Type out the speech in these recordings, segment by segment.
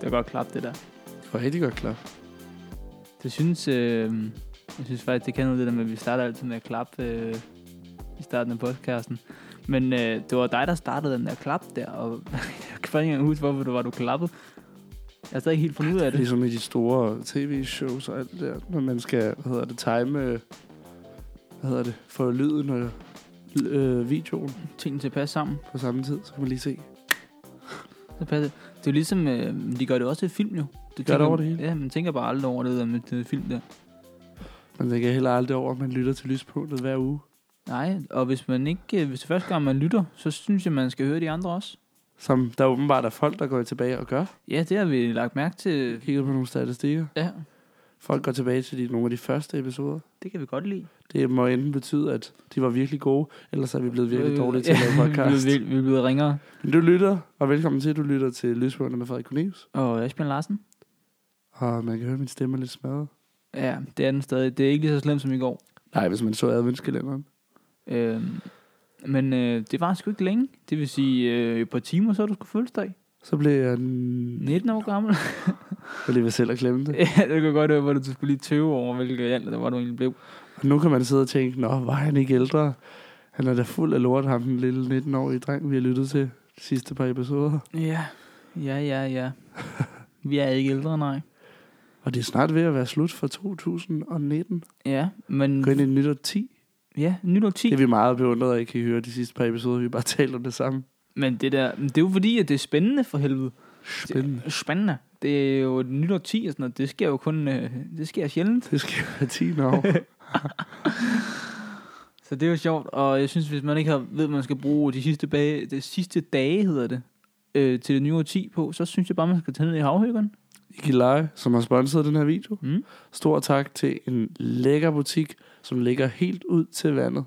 Det er godt klart, det der. Det var rigtig godt klart. Det synes, øh, jeg synes faktisk, det kan noget det der med, at vi starter altid med at klappe øh, i starten af podcasten. Men øh, det var dig, der startede den der klap der, og jeg kan ikke engang huske, hvorfor det var, du klappede. Jeg har stadig ikke helt fundet ud af det. Ligesom i de store tv-shows og alt det der, når man skal, hvad hedder det, time, øh, hvad hedder det, få lyden og øh, videoen Tingene tilpas sammen. på samme tid, så kan man lige se. Så passer det. Det er jo ligesom, øh, de gør det også i film jo. Du Gør det over det hele. Ja, man tænker bare aldrig over det der med det film der. Man tænker heller aldrig over, at man lytter til lyspunktet hver uge. Nej, og hvis man ikke, øh, hvis det er første gang man lytter, så synes jeg, man skal høre de andre også. Som der åbenbart er folk, der går tilbage og gør. Ja, det har vi lagt mærke Jeg til. kigger på nogle statistikker. Ja, Folk går tilbage til de, nogle af de første episoder. det kan vi godt lide. Det må enten betyde, at de var virkelig gode, ellers er vi blevet virkelig dårlige til at Øh, Ja, lave podcast. vi, er blevet- vi er blevet ringere. Men du lytter, og velkommen til, du lytter til Lyspunktet med Frederik Cornelius. Og Esbjørn Larsen? Og man kan høre, at min stemme er lidt smadret. Ja, det er den stadig. Det er ikke lige så slemt som i går. Nej, hvis man så adventskalenderen. Øhm, men øh, det var sgu ikke længe. Det vil sige, øh, et par timer, så er du skulle fødselsdag. Så blev jeg... n- 19 år gammel. Jeg lige ved selv at glemme det. ja, det kunne godt høre, hvor du skulle lige tøve over, hvilke alder det var, du egentlig blev. Og nu kan man sidde og tænke, nå, var han ikke ældre? Han er da fuld af lort, ham den lille 19-årige dreng, vi har lyttet til de sidste par episoder. Ja, ja, ja, ja. Vi er ikke ældre, nej. Og det er snart ved at være slut for 2019. Ja, men... Gå ind i nytår 10. Ja, nytår 10. Det er vi meget beundret af, I kan høre de sidste par episoder, vi har bare talt om det samme. Men det der... men Det er jo fordi, at det er spændende for helvede. Spændende. Det er spændende. Det er jo et nytår 10 og sådan noget. Det sker jo kun... Øh, det sker sjældent. Det skal være 10 år. Så det er jo sjovt, og jeg synes, hvis man ikke har, ved, at man skal bruge de sidste, bage, de sidste dage, hedder det, øh, til det nye år 10 på, så synes jeg bare, man skal tage ned i havhøggeren. Ikke Leje, som har sponsoreret den her video. Mm. Stor tak til en lækker butik, som ligger helt ud til vandet.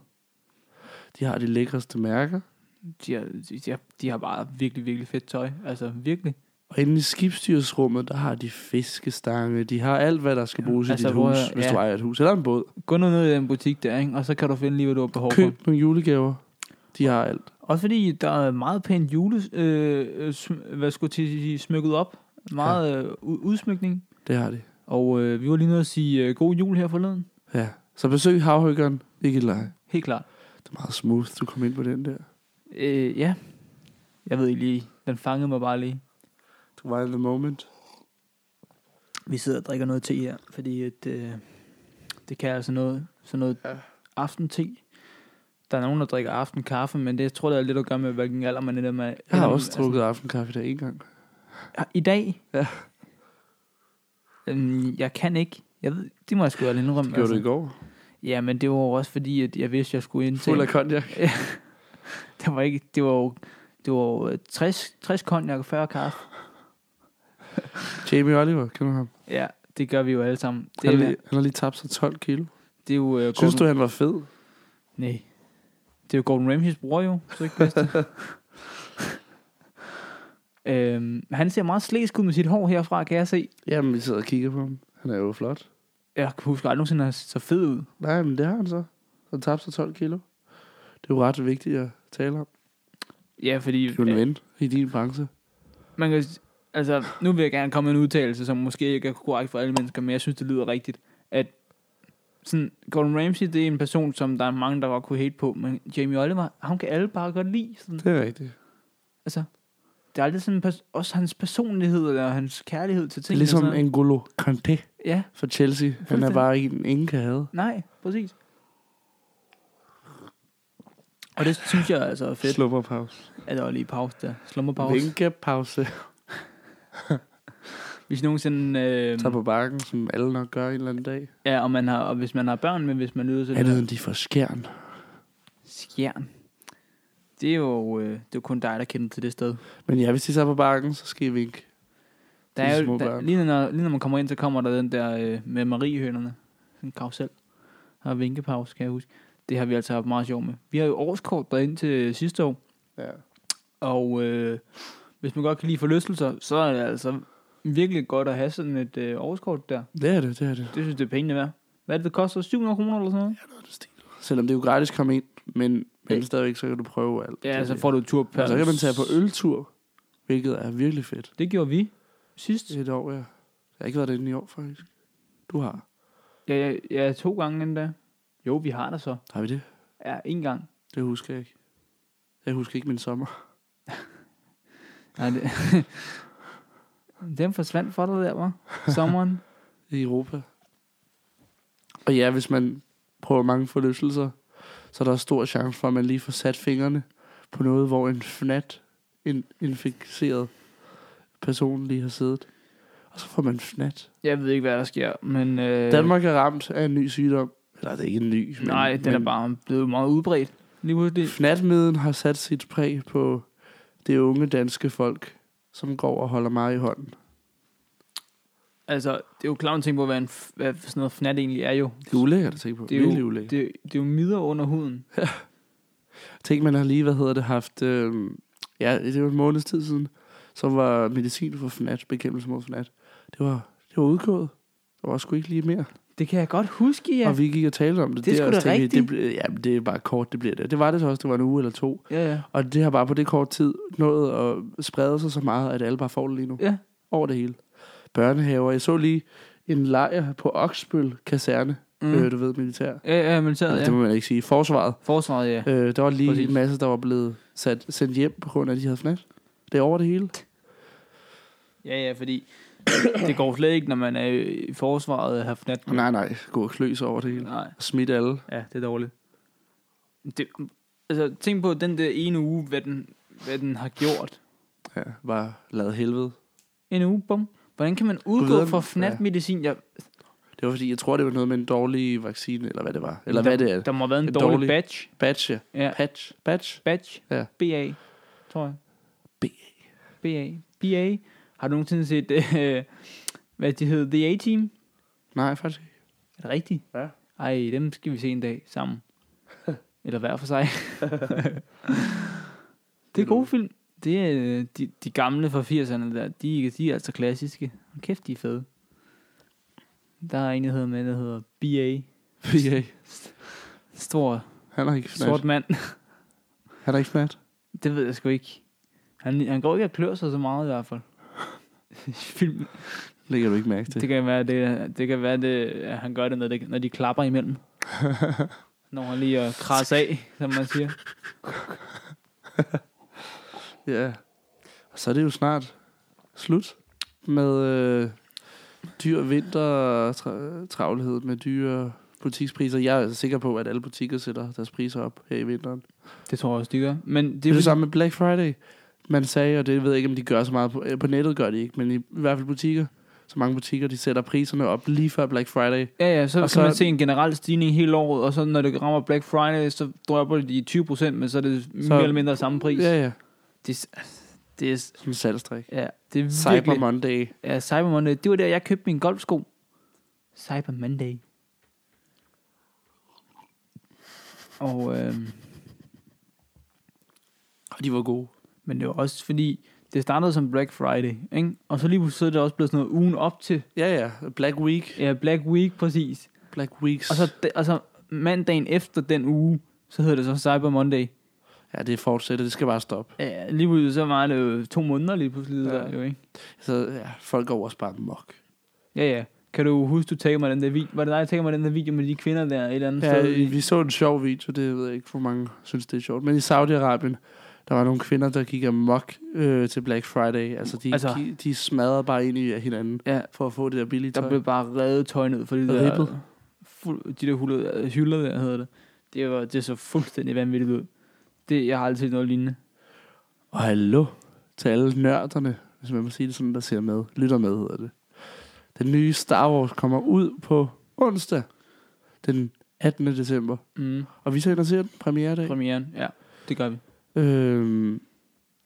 De har de lækreste mærker. De har, de, de, har, de har bare virkelig, virkelig fedt tøj. Altså, virkelig. Og inde i skibsstyrsrummet, der har de fiskestange. De har alt, hvad der skal bruges altså, i dit hvor hus, jeg- hvis ja. du ejer et hus. Eller en båd. Gå nu ned i den butik der, ikke? og så kan du finde lige, hvad du har behov for. Køb nogle julegaver. De har alt. Også fordi, der er meget pænt jule... Øh, øh, sm- hvad skulle jeg til at sige, smykket op. Meget øh, u- udsmykning. Det har de. Og øh, vi var lige nede at sige øh, god jul her forleden. Ja. Så besøg havhyggeren. Ikke Leje. Helt klart. Det er meget smooth, du kom ind på den der. Øh, ja. Jeg ved ikke lige. Den fangede mig bare lige. Du var in the moment. Vi sidder og drikker noget te her, fordi at, øh, det kan altså noget, sådan noget Ja. ja. aftente. Der er nogen, der drikker aftenkaffe, men det jeg tror jeg, det er lidt at gøre med, hvilken alder man er med. Jeg har også drukket aftenkaffe der en gang. Altså, I dag? Ja. Øhm, jeg kan ikke. Jeg ved, det må jeg sgu aldrig indrømme. altså. Det gjorde du i går. Ja, men det var jo også fordi, at jeg vidste, at jeg skulle indtage. Fuld af konjak. det var ikke, det var jo, det var jo øh, 60, 60 konjak og 40 kaffe. Jamie Oliver, kender du ham? Ja, det gør vi jo alle sammen. Det, Det han, har er, lige, han har lige tabt sig 12 kilo. det er jo... Øh, Synes Gordon- du, han var fed? Nej. Det er jo Gordon Ramsays bror jo, så ikke bedst. øhm, han ser meget slæsk ud med sit hår herfra, kan jeg se. Jamen, vi sidder og kigger på ham. Han er jo flot. Jeg kan huske aldrig nogensinde, at han ser så fed ud. Nej, men det har han så. Han tabte sig 12 kilo. Det er jo ret vigtigt at tale om. Ja, fordi... Det er jo en ven i din branche. man kan, altså, nu vil jeg gerne komme med en udtalelse, som måske ikke er korrekt for alle mennesker, men jeg synes, det lyder rigtigt, at sådan, Gordon Ramsay, det er en person, som der er mange, der godt kunne hate på, men Jamie Oliver, ham kan alle bare godt lide. Sådan. Det er rigtigt. Altså, det er aldrig sådan, en pers- også hans personlighed og hans kærlighed til Det er ting. ligesom N'Golo Kanté Ja, for Chelsea. Han er Fuldstændig. bare en, ingen kan have. nej, præcis. Og det synes jeg altså er fedt, Slummerpause. at der var lige pause der. Slummerpause. Vinkepause. Hvis nogensinde... Øh, Tag på bakken, som alle nok gør en eller anden dag. ja, og, man har, og hvis man har børn, men hvis man lyder til Andet end de fra skjern. Skjern. Det er jo øh, det er jo kun dig, der kender til det sted. Men ja, hvis de tager på bakken, så skal I vinke. Der Det er er små jo, der, børn. lige, når, lige når man kommer ind, så kommer der den der øh, med Mariehønerne. En karusel. Og vinkepause, kan jeg huske. Det har vi altså haft meget sjov med. Vi har jo årskort derind til øh, sidste år. Ja. Og øh, hvis man godt kan lide forlystelser, så er det altså virkelig godt at have sådan et øh, årskort der. Det er det, det er det. Det synes jeg, det er pengene værd. Hvad er det, det koster? 700 kroner eller sådan noget? Selvom det er jo gratis at komme ind, men, men stadigvæk, så kan du prøve alt. Ja, Det Altså, er så det. får du en tur per... Og så kan man tage på øltur, hvilket er virkelig fedt. Det gjorde vi. Sidst? Et år, ja. Jeg har ikke været derinde i år, faktisk. Du har. Ja, ja, ja to gange endda. Jo, vi har der så. Har vi det? Ja, en gang. Det husker jeg ikke. Jeg husker ikke min sommer. Nej, det... Den forsvandt for dig der, var Sommeren. i Europa. Og ja, hvis man prøver mange forlystelser, så er der stor chance for, at man lige får sat fingrene på noget, hvor en fnat, en inficeret person lige har siddet. Og så får man fnat. Jeg ved ikke, hvad der sker, men... Øh, Danmark er ramt af en ny sygdom. Eller det er ikke en ny. Men, Nej, den men er bare blevet meget udbredt. Lige pludselig. Fnatmeden har sat sit præg på det unge danske folk, som går og holder meget i hånden. Altså, det er jo klart en ting på, hvad, en f- hvad sådan noget fnat egentlig er jo. Det er ulækkert at tænke på. Det er jo- Virkelig ulækkert. Det, det er jo midder under huden. Tænk, man har lige, hvad hedder det, haft... Øh, ja, det var en måneds tid siden, som var medicin for FNAT, bekæmpelse mod FNAT. Det var, det var udgået. Der var sgu ikke lige mere. Det kan jeg godt huske, ja. Ja. Og vi gik og talte om det. Det er der, sgu og så da tænkte vi, rigtigt. Det, blev- ja, men det er bare kort, det bliver det. Det var det så også, det var en uge eller to. Ja, ja. Og det har bare på det kort tid nået at sprede sig så meget, at alle bare får det lige nu. Ja. Over det hele. Børnehaver. Jeg så lige en lejr på Oksbøl Kaserne. Mm. Øh, du ved, militær. Ja, ja, militæret, Det ja. må man ikke sige. Forsvaret. Forsvaret, ja. Øh, der var Præcis. lige Præcis. en masse, der var blevet sat, sendt hjem på grund af, at de havde fnat. Det er over det hele. Ja, ja, fordi det går slet ikke, når man er i forsvaret og har fnat. Nej, nej. Gå og kløs over det hele. Nej, Smidt alle. ja, det er dårligt. Det, altså, tænk på den der ene uge, hvad den, hvad den har gjort. Ja, var lavet helvede. En uge, bum. Hvordan kan man ved, udgå om- fra fnatmedicin? Jeg, Det var fordi, jeg tror, det var noget med en dårlig vaccine, eller hvad det var. Eller der, hvad det er. Der må have været en En dårlig, dårlig- batch. Batch, ja. Ja, Patch. Batch. batch. Ja. BA, tror jeg. BA. BA. BA. Har du nogensinde set, øh, hvad de hedder, The A-Team? Nej, faktisk ikke. Er det rigtigt? Ja. Ej, dem skal vi se en dag sammen. Eller hver for sig. det er gode film. Det er øh, de, de gamle fra 80'erne der. De, de er altså klassiske. Hold Kæft, de er fede. Der er en, der hedder med, der hedder B.A. Ja, Stor, han har ikke fnat. sort mand. Han har ikke fnat. Det ved jeg sgu ikke. Han, han går ikke og klør sig så meget i hvert fald. film. Lægger du ikke mærke til. Det kan være, det, det kan være det, at han gør det, når, det, når de klapper imellem. Når han lige at krasse af, som man siger. Ja. Og så er det jo snart slut med øh, dyr vinter tra- travlhed med dyre butikspriser. Jeg er sikker på, at alle butikker sætter deres priser op her i vinteren. Det Det tror jeg også, de gør. Men det, er er det fordi- samme med Black Friday. Man sagde, og det ved jeg ikke, om de gør så meget på, øh, på nettet, gør de ikke, men i, i hvert fald butikker, så mange butikker, de sætter priserne op lige før Black Friday. Ja, ja, så Og kan så- man se en generel stigning hele året, og så når det rammer Black Friday, så dropper de 20%, men så er det mere eller mindre samme pris. Ja, ja. Det, er s- det, er, s- Som salgstrik. ja, det er Cyber virkelig... Monday. Ja, Cyber Monday. Det var der, jeg købte min golfsko. Cyber Monday. Og, øh, Og de var gode. men det var også fordi, det startede som Black Friday, ikke? Og så lige pludselig så er det også blevet sådan noget ugen op til. Ja, ja. Black Week. Ja, Black Week, præcis. Black Weeks. Og så, og så mandagen efter den uge, så hedder det så Cyber Monday. ja, det fortsætter. Det skal bare stoppe. Ja, lige pludselig så var det jo to måneder lige pludselig, ja. Ja. der, jo, ikke? Så ja, folk går også bare mok. Ja, ja. Kan du huske, du tager mig den der video? Var det dig, der tager mig den der video med de kvinder der et eller andet Ja, sted? i- vi så en sjov video, det ved jeg ikke, hvor mange synes, det er sjovt. Men i Saudi-Arabien, der var nogle kvinder, der gik amok øh, til Black Friday. Altså, de, Altså- altså, de, de smadrede bare ind i hinanden Ja. ja. for at få det der billige tøj. Der blev bare revet tøj ned for de der... Ribbet. Fuld, de der huller, øh, hylder der, hedder det. Det, var, det så fuldstændig vanvittigt ud. Det, jeg har aldrig set noget lignende. Og hallo til alle nørderne, hvis man må sige det sådan, der ser med. Lytter med, hedder det. Den nye Star Wars kommer ud på onsdag, den 18. december. Mm. Og vi tager ind og ser den premieredag. Premieren, ja. Det gør vi. Øhm,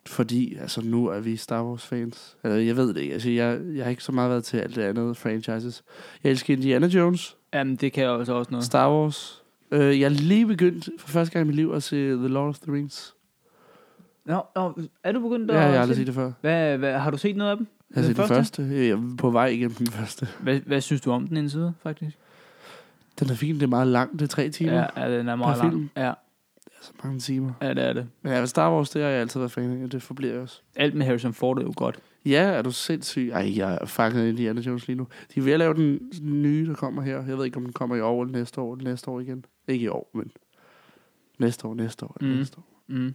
fordi, altså nu er vi Star Wars fans. Eller jeg ved det ikke. Altså, jeg, jeg har ikke så meget været til alt det andet franchises. Jeg elsker Indiana Jones, Jamen, det kan jeg også også noget. Star Wars. Øh, jeg er lige begyndt for første gang i mit liv at se The Lord of the Rings. Nå, nå, er du begyndt Ja, at... jeg har se aldrig set den? det før. Hvad, hvad, har du set noget af dem? Jeg har Den set den første. Jeg er på vej igennem den første. Hvad, hvad synes du om den indtil videre, faktisk? Den er fin, det er meget lang, det er tre timer. Ja. Ja, ja, den er meget Per lang. film. Ja, Altså mange timer. ja, det er det. Men ja, Star Wars, det har jeg altid været fan af, og det forbliver jeg også. Alt med Harrison Ford er jo godt. Ja, er du sindssyg? Ej, jeg er fanget i Indiana Jones lige nu. De er ved at lave den nye, der kommer her. Jeg ved ikke, om den kommer i år eller næste år eller næste år igen. Ikke i år, men næste år, næste år, mm. Mm. næste år. Mm.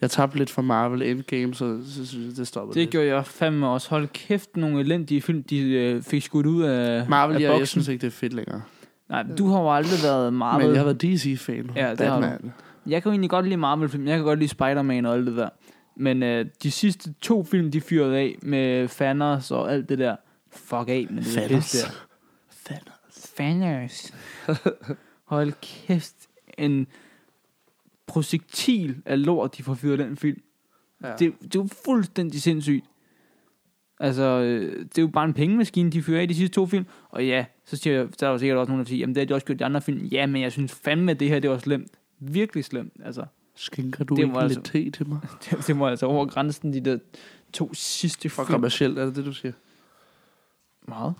Jeg tabte lidt for Marvel Endgame, så, så, så det stoppede Det lidt. gjorde jeg fandme også. Hold kæft, nogle elendige film, de øh, fik skudt ud af af Marvel, jeg, jeg boksen. synes ikke, det er fedt længere. Nej, du har jo aldrig været Marvel. Marvel. Men jeg har været DC-fan. Ja, det har du. Jeg kan jo egentlig godt lide Marvel-film. Jeg kan godt lide Spider-Man og alt det der. Men øh, de sidste to film, de fyrede af med Thanos og alt det der. Fuck af med det Thanos. pis der. Thanos. Hold kæft. En projektil af lort, de får fyret den film. Ja. Ja. Det, det er jo fuldstændig sindssygt. Altså, øh, det er jo bare en pengemaskine, de fyrer af de sidste to film. Og ja, så siger jeg, så er der jo sikkert også nogen, der siger, jamen det har de også gjort i de andre film. Ja, men jeg synes fandme, at det her, det var slemt. Virkelig slemt, altså. Skænker du Det det var ikke altså- lidt te til mig? Det, det må altså over grænsen, de der to sidste For film. kommercielt er det det, du siger. Meget.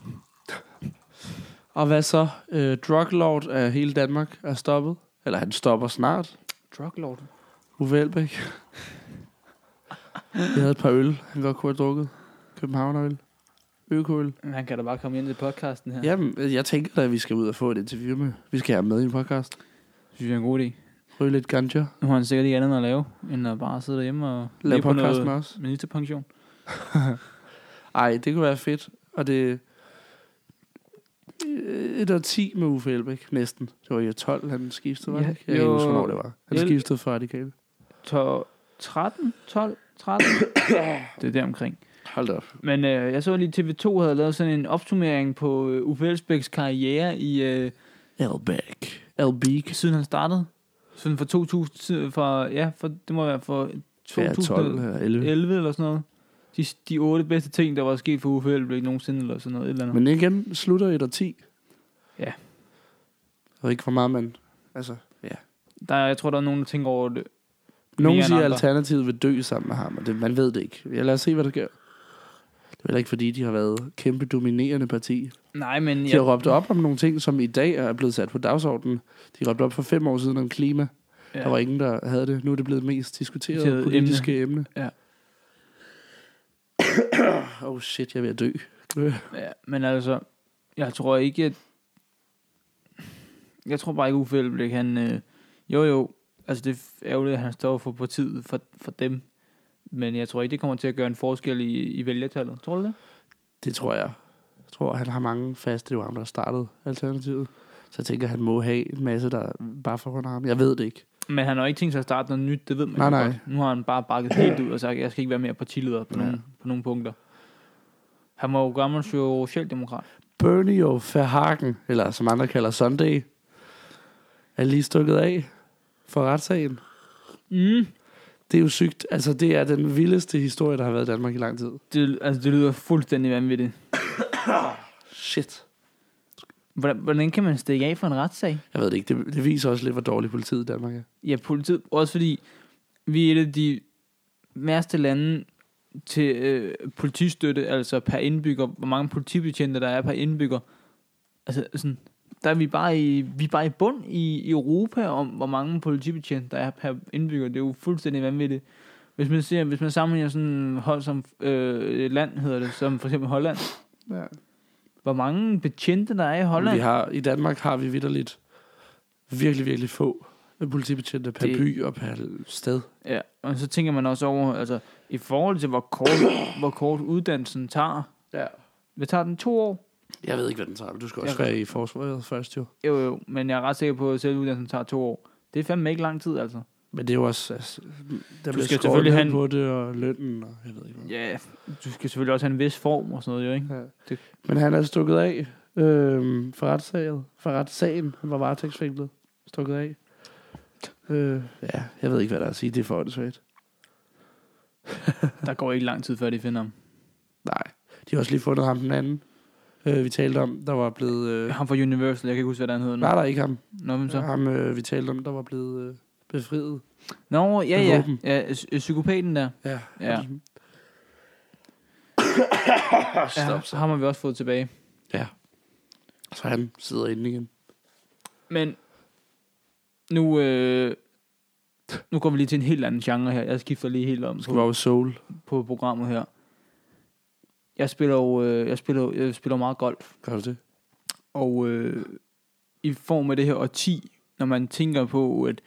Og hvad så? Øh, drug lord af hele Danmark er stoppet. Eller han stopper snart. Drug Lord. Uffe Elbæk. Jeg havde et par øl, han godt kunne have drukket. Københavnerøl. Økoøl. Han kan da bare komme ind til podcasten her. Ja. Jamen, øh, jeg tænker da, at vi skal ud og få et interview med. Vi skal have ham med i en podcast. Synes jeg er en god idé. Ryge lidt ganja. Nu har han sikkert ikke andet at lave, end at bare sidde derhjemme og Lave leve på podcast med noget os. ministerpension. Ej, det kunne være fedt. Og det... Et år 10 med Uffe Elbæk, næsten. Det var i 12, han skiftede, var Ja, ja, ikke? Jeg kan ikke jo. huske, hvornår det var. Han El- skiftede fra radikale. Så 13, 12, 13. det er der omkring. Hold da op. Men øh, jeg så lige, TV2 havde lavet sådan en opsummering på øh, Uffe Elsbæks karriere i, øh, Elbæk. Elbæk. siden han startede. Siden fra 2000, siden fra, ja, for, det må være fra Ja, 12 2011 eller 11. eller sådan noget. De, de otte bedste ting, der var sket for Uffe Elsbæk nogensinde, eller sådan noget. Et eller andet. Men igen, slutter et og 10. Ja. Jeg ved ikke, hvor meget man... Altså, ja. Der, er- jeg tror, der er nogen, der tænker over det. Nogen end siger, at andre. Alternativet vil dø sammen med ham, og det, man ved det ikke. Ja, lad os se, hvad der gør. Det er heller ikke, fordi de har været kæmpe dominerende parti. Nej, men De har jeg, råbt op om nogle ting, som i dag er blevet sat på dagsordenen. De råbte op for fem år siden om klima. Ja. Der var ingen, der havde det. Nu er det blevet det mest diskuterede Diskuterede politiske emne. Ja. oh shit, jeg er ved at dø. Ja, men altså, jeg tror ikke, at... Jeg tror bare ikke, Uffe Elbæk, han... Øh, jo, jo, altså det er ærgerligt, at han står for partiet for, for dem. Men jeg tror ikke, det kommer til at gøre en forskel i, i vælgertallet. Tror du det? Det tror jeg. Jeg tror, han har mange faste. Det var ham, der startede Alternativet. Så jeg tænker, han må have en masse, der bare for under ham. Jeg ved det ikke. Men han har ikke tænkt sig at starte noget nyt, det ved man Nej, jo nej. godt. Nu har han bare bakket helt ud og sagt, jeg skal ikke være mere partileder på, ja. Ja. nogle, på nogle punkter. Han var jo gammel socialdemokrat. Bernie og Verhagen, eller som andre kalder Sunday, er lige stukket af for retssagen. Mm. Det er jo sygt. Altså, det er den vildeste historie, der har været i Danmark i lang tid. Det, altså, det lyder fuldstændig vanvittigt. Shit. Hvordan, hvordan kan man stikke af for en retssag? Jeg ved det ikke. Det, det viser også lidt, hvor dårlig politiet i Danmark er. Ja, politiet. Også fordi vi er et af de værste lande til øh, politistøtte, altså per indbygger, hvor mange politibetjente der er per indbygger. Altså sådan, der er vi bare i, vi er bare i bund i, i Europa om, hvor mange politibetjente der er per indbygger. Det er jo fuldstændig vanvittigt. Hvis man, ser, hvis man sammenligner sådan et hold som øh, et land, hedder det, som for eksempel Holland. Ja. Hvor mange betjente der er i Holland? Vi har, I Danmark har vi vidderligt virkelig, virkelig få politibetjente per Det- det... by og per sted. Ja, og så tænker man også over, altså i forhold til, hvor kort, hvor kort uddannelsen tager. Ja. Hvad tager den? To år? Jeg ved ikke, hvad den tager. Du skal Jeg også kan- være i forsvaret først, jo. Jo, jo, men jeg er ret sikker på, at selve uddannelsen tager to år. Det er fandme ikke lang tid, altså. Men det er jo også... Altså, der bliver skal skåret selvfølgelig ned have en- på det, og lønnen, og jeg ved ikke hvad. Ja, yeah. du skal selvfølgelig også have en vis form og sådan noget, jo, ikke? Ja. Det- Men han er stukket af øh, for retssagen. For retssagen. Han var varetægtsfængslet. Stukket af. Øh, ja, jeg ved ikke, hvad der er at sige. Det er for åndssvagt. Der går ikke lang tid, før de finder ham. Nej. De har også lige fundet ham den anden. Øh, vi talte om, der var blevet... Øh, Ham fra Universal, jeg kan ikke huske, hvad han hedder nu. Nej, der er ikke ham. Nå, hvem så? Ham, øh, vi talte om, der var blevet øh, befriet. Nå, ja, Det ja. var åben. ja psy- psykopaten der. Ja. Ja. Stop, Ja, stop. ham har vi også fået tilbage. Ja. Så han sidder inde igen. Men nu, øh, nu går vi lige til en helt anden genre her. Jeg skifter lige helt om. Skal vi over Soul? på programmet her. Jeg spiller jo øh, jeg spiller, jo- jeg spiller jo meget golf. Gør du det? Og øh, i form af det her årti, når man tænker på, at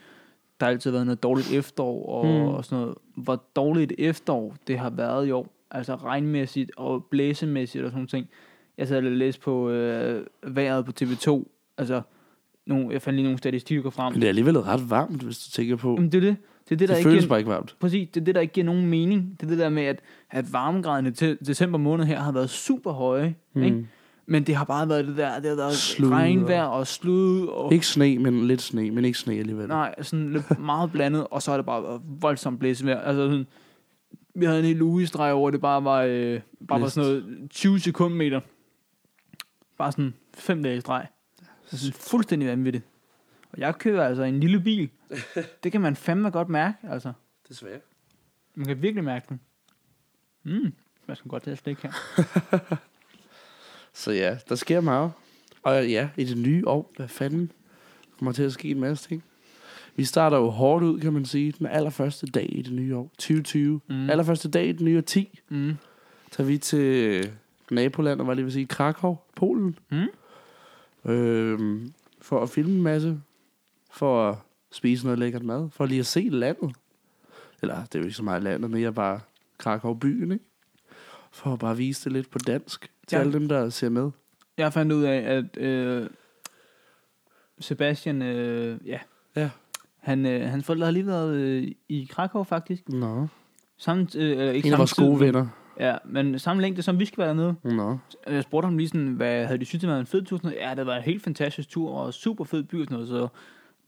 der altid har været noget dårligt efterår og, Mm. mm. og sådan noget. Hvor dårligt et efterår det har været i år. Altså regnmæssigt og blæsemæssigt og sådan nogle ting. Jeg sad og læste på øh, vejret på TV2. Altså, nogle, jeg fandt lige nogle statistikker frem. Men det er alligevel ret varmt, hvis du tænker på. Jamen, det er det. Det er det, der det ikke føles giver, bare ikke varmt. præcis, det er det, der ikke giver nogen mening. Det er det der med, at, at varmegraden i te- december måned her har været super høje. Mm. Ikke? Mm. Men det har bare været det der, det har været Slud og- regnvejr og slud og... Ikke sne, men lidt sne, men ikke sne alligevel. Nej, sådan lidt meget blandet, og så er det bare været voldsomt blæsevejr. Altså sådan, vi havde en hel uge i streg over, det bare var, øh, bare var Blæst. sådan noget 20 sekundmeter. Bare sådan fem dage i streg. Det er sådan fuldstændig vanvittigt. Og jeg kører altså en lille bil. Det kan man fandme godt mærke, altså. Desværre. Man kan virkelig mærke den. Mm, man skal godt til at slikke her. Så ja, der sker meget. Og ja, i det nye år, hvad fanden, der kommer til at ske en masse ting. Vi starter jo hårdt ud, kan man sige, den allerførste dag i det nye år, 2020. Mm. Mm. Allerførste dag i det nye år 10, Mm. tager vi til naboland, og var det vil sige Krakow, Polen. Mm. Øhm, for at filme en masse, for at spise noget lækkert mad, for lige at se landet. Eller, det er jo ikke så meget landet, men jeg bare Krakow byen, ikke? For at bare vise det lidt på dansk til Ja. ja. alle dem, der ser med. Jeg fandt ud af, at øh, Sebastian, øh, ja, Ja. Han, øh, hans forældre har lige været øh, i Krakow faktisk. Nå. Samme, øh, eller ikke En samme af vores gode tid, venner. Ja, men samme længde, som vi skal være dernede. Nå. Og Jeg spurgte ham lige sådan, hvad havde de synes, det havde været en fed tur? Sådan noget. Ja, det var en helt fantastisk tur, og super fed by og sådan noget, så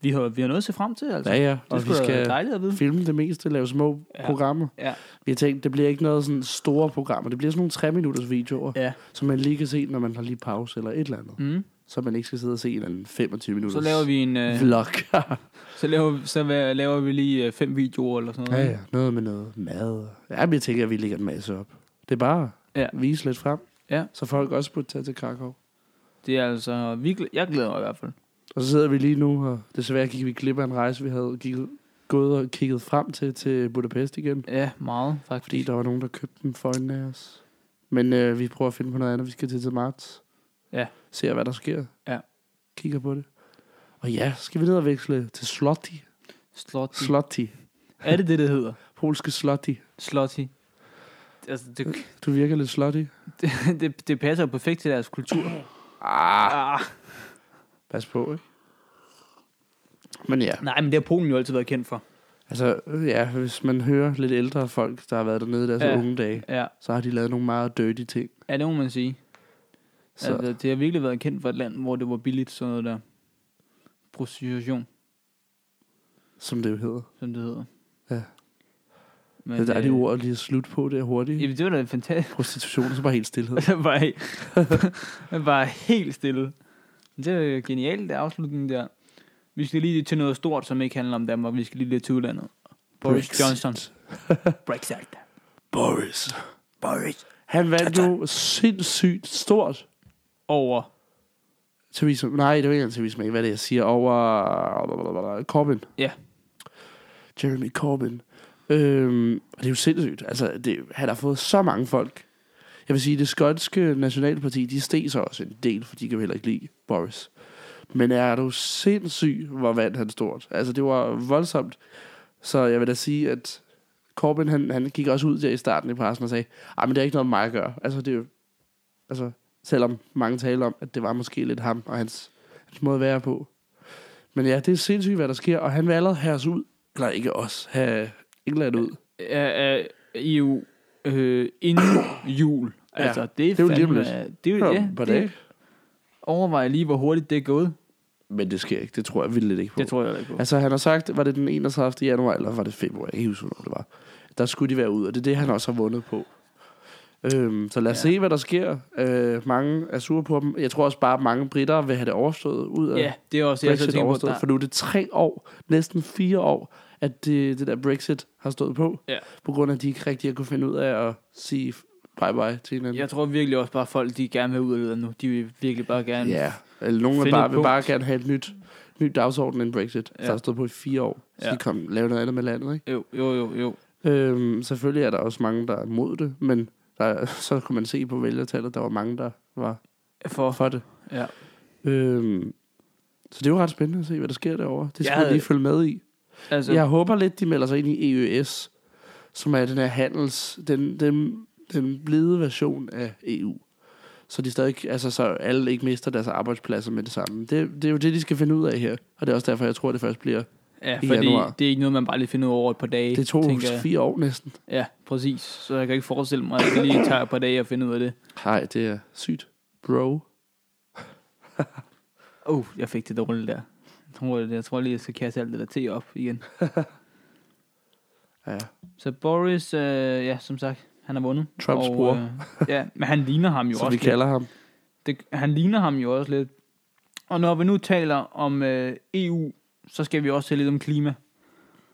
vi har, vi har noget at se frem til, altså. Ja, ja. Det Og vi være skal dejligt at vide. filme det meste, lave små Ja. ja. programmer. Ja. Vi har tænkt, det bliver ikke noget sådan store programmer. Det bliver sådan nogle tre minutters videoer, Ja. som man lige kan se, når man har lige pause eller et eller andet. Mm. Så man ikke skal sidde og se en eller anden 25 minutters Så laver vi en, øh, vlog. så laver, så hvad- laver vi lige øh, fem videoer eller sådan ja, noget. ja. Noget med noget mad. Ja, men jeg tænker, at vi lægger en masse op. Det er bare Ja. ja. vise lidt frem, Ja. så folk også burde tage til Krakow. Det er altså, vi, glæ- jeg glæder mig i hvert fald. Og så sidder vi lige nu, og desværre gik vi glip af en rejse, vi havde gik, gået og kigget frem til, til Budapest igen. Ja, meget faktisk. Fordi der var nogen, der købte den for øjnene af os. Men øh, vi prøver at finde på noget andet. Vi skal til til marts. Ja. Se, hvad der sker. Ja. Kigger på det. Og ja, så skal vi ned og veksle til Slotty. Slotty. Slotty. er det det, det hedder? Polske Slotty. Slotty. Altså, det, Du virker lidt slotty. det, det, det passer jo perfekt til deres kultur. Ah, Ah, pas på, ikke? Men ja, nej, men det har Polen jo altid været kendt for. altså, øh, ja, hvis man hører lidt ældre folk, der har været dernede i deres Ja. ja. unge dage, Ja, så har de lavet nogle meget dirty ting. ja det må man sige. Så Altså, det har virkelig været kendt for et land, hvor det var billigt sådan noget der. Prostitution, som det jo hedder. som det hedder. Ja. Men, Men, det er det øh, ord lige at slutte på, det er hurtigt. Jamen, det var da fantastisk. Prostitution, så bare helt stillhed. Det var, he- det var helt stille. Men Det er jo genialt, det afslutning der. Vi skal lige til noget stort, som ikke handler om Danmark. Vi skal lige lidt til udlandet. Boris Brexit. Johnson. Brexit. Boris. Boris. Han vandt jo sindssygt stort. Over Theresa, nej, det var ikke engang Theresa May, hvad er det, jeg siger, over Corbyn. Ja. Jeremy Corbyn. Øhm, og det er jo sindssygt. Altså, det, han har fået så mange folk. Jeg vil sige, det skotske nationalparti, de steg så også en del, for de kan jo heller ikke lide Boris. Men er du sindssyg, hvor vandt han stort. Altså, det var voldsomt. Så jeg vil da sige, at Corbyn, han, han gik også ud der i starten i pressen og sagde, ej, men det er ikke noget med mig at gøre. Altså, det er jo, altså, selvom mange taler om, at det var måske lidt ham og hans, hans måde at være på. Men ja, det er sindssygt, hvad der sker, og han vil allerede have os ud. Eller ikke os, have England ud. er, er EU øh, inden jul. Ja, Altså, det er, det er jo lige om fandme- lidt. Det er jo, ja, på det, det. overvej lige, hvor hurtigt det er gået. Men det sker ikke, det tror jeg vildt ikke på. Det tror jeg ikke på. Altså, han har sagt, var det den 31. januar, eller var det februar? Jeg kan ikke huske, hvornår det var. Der skulle de være ude, og det er det, han også har vundet på. Øhm, så lad os Ja. ja. se, hvad der sker. Øh, mange er sure på dem. Jeg tror også bare, at mange britter vil have det overstået ud af Ja, det er også det, jeg så Brexit tænker på. overstået. For Der, nu er det tre år, næsten fire år, at det, det der Brexit har stået på. Ja. På grund af, at de ikke rigtig har kunnet finde ud af at sige bye-bye til hinanden. jeg tror virkelig også bare, folk de gerne vil ud af det nu. De vil virkelig bare gerne. Ja, eller nogen vil Finde bare, et vil punkt. bare gerne have et nyt, nyt dagsorden end Brexit, Ja. ja. der har stået på i fire år. Så Ja. ja. de kom lave noget andet med landet, ikke? Jo, jo, jo, jo. Øhm, selvfølgelig er der også mange, der er mod det, men Der, så kunne man se på vælgertallet, der var mange, der var For, for det. ja. Øhm, så det er jo ret spændende at se, hvad der sker derovre. Det skal Jeg jeg havde- lige følge med i. Altså, Jeg ja. håber lidt, de melder sig ind i EØS, som er den her handels, den, den, den blide version af EU. Så de stadig, altså så alle ikke mister deres arbejdspladser med det samme. Det, det er jo det, de skal finde ud af her. Og det er også derfor, jeg tror, det først bliver. ja i fordi januar. det er ikke noget, man bare lige finder ud over et par dage. Det tog tænker jeg. fire år næsten. Ja, præcis. Så jeg kan ikke forestille mig, at det lige tager et par dage at finde ud af det. Nej, det er sygt. Bro. Uh, jeg fik det dårligt der. Jeg tror, jeg, jeg tror lige, jeg skal kaste alt det der te op igen. Ja. Så Boris, øh, ja, som sagt, han har vundet. Trumps Og, bror. Øh, ja, men han ligner ham jo Som også vi kalder ham. lidt. Det, han ligner ham jo også lidt. Og når vi nu taler om øh, EU, så skal vi også tale lidt om klima.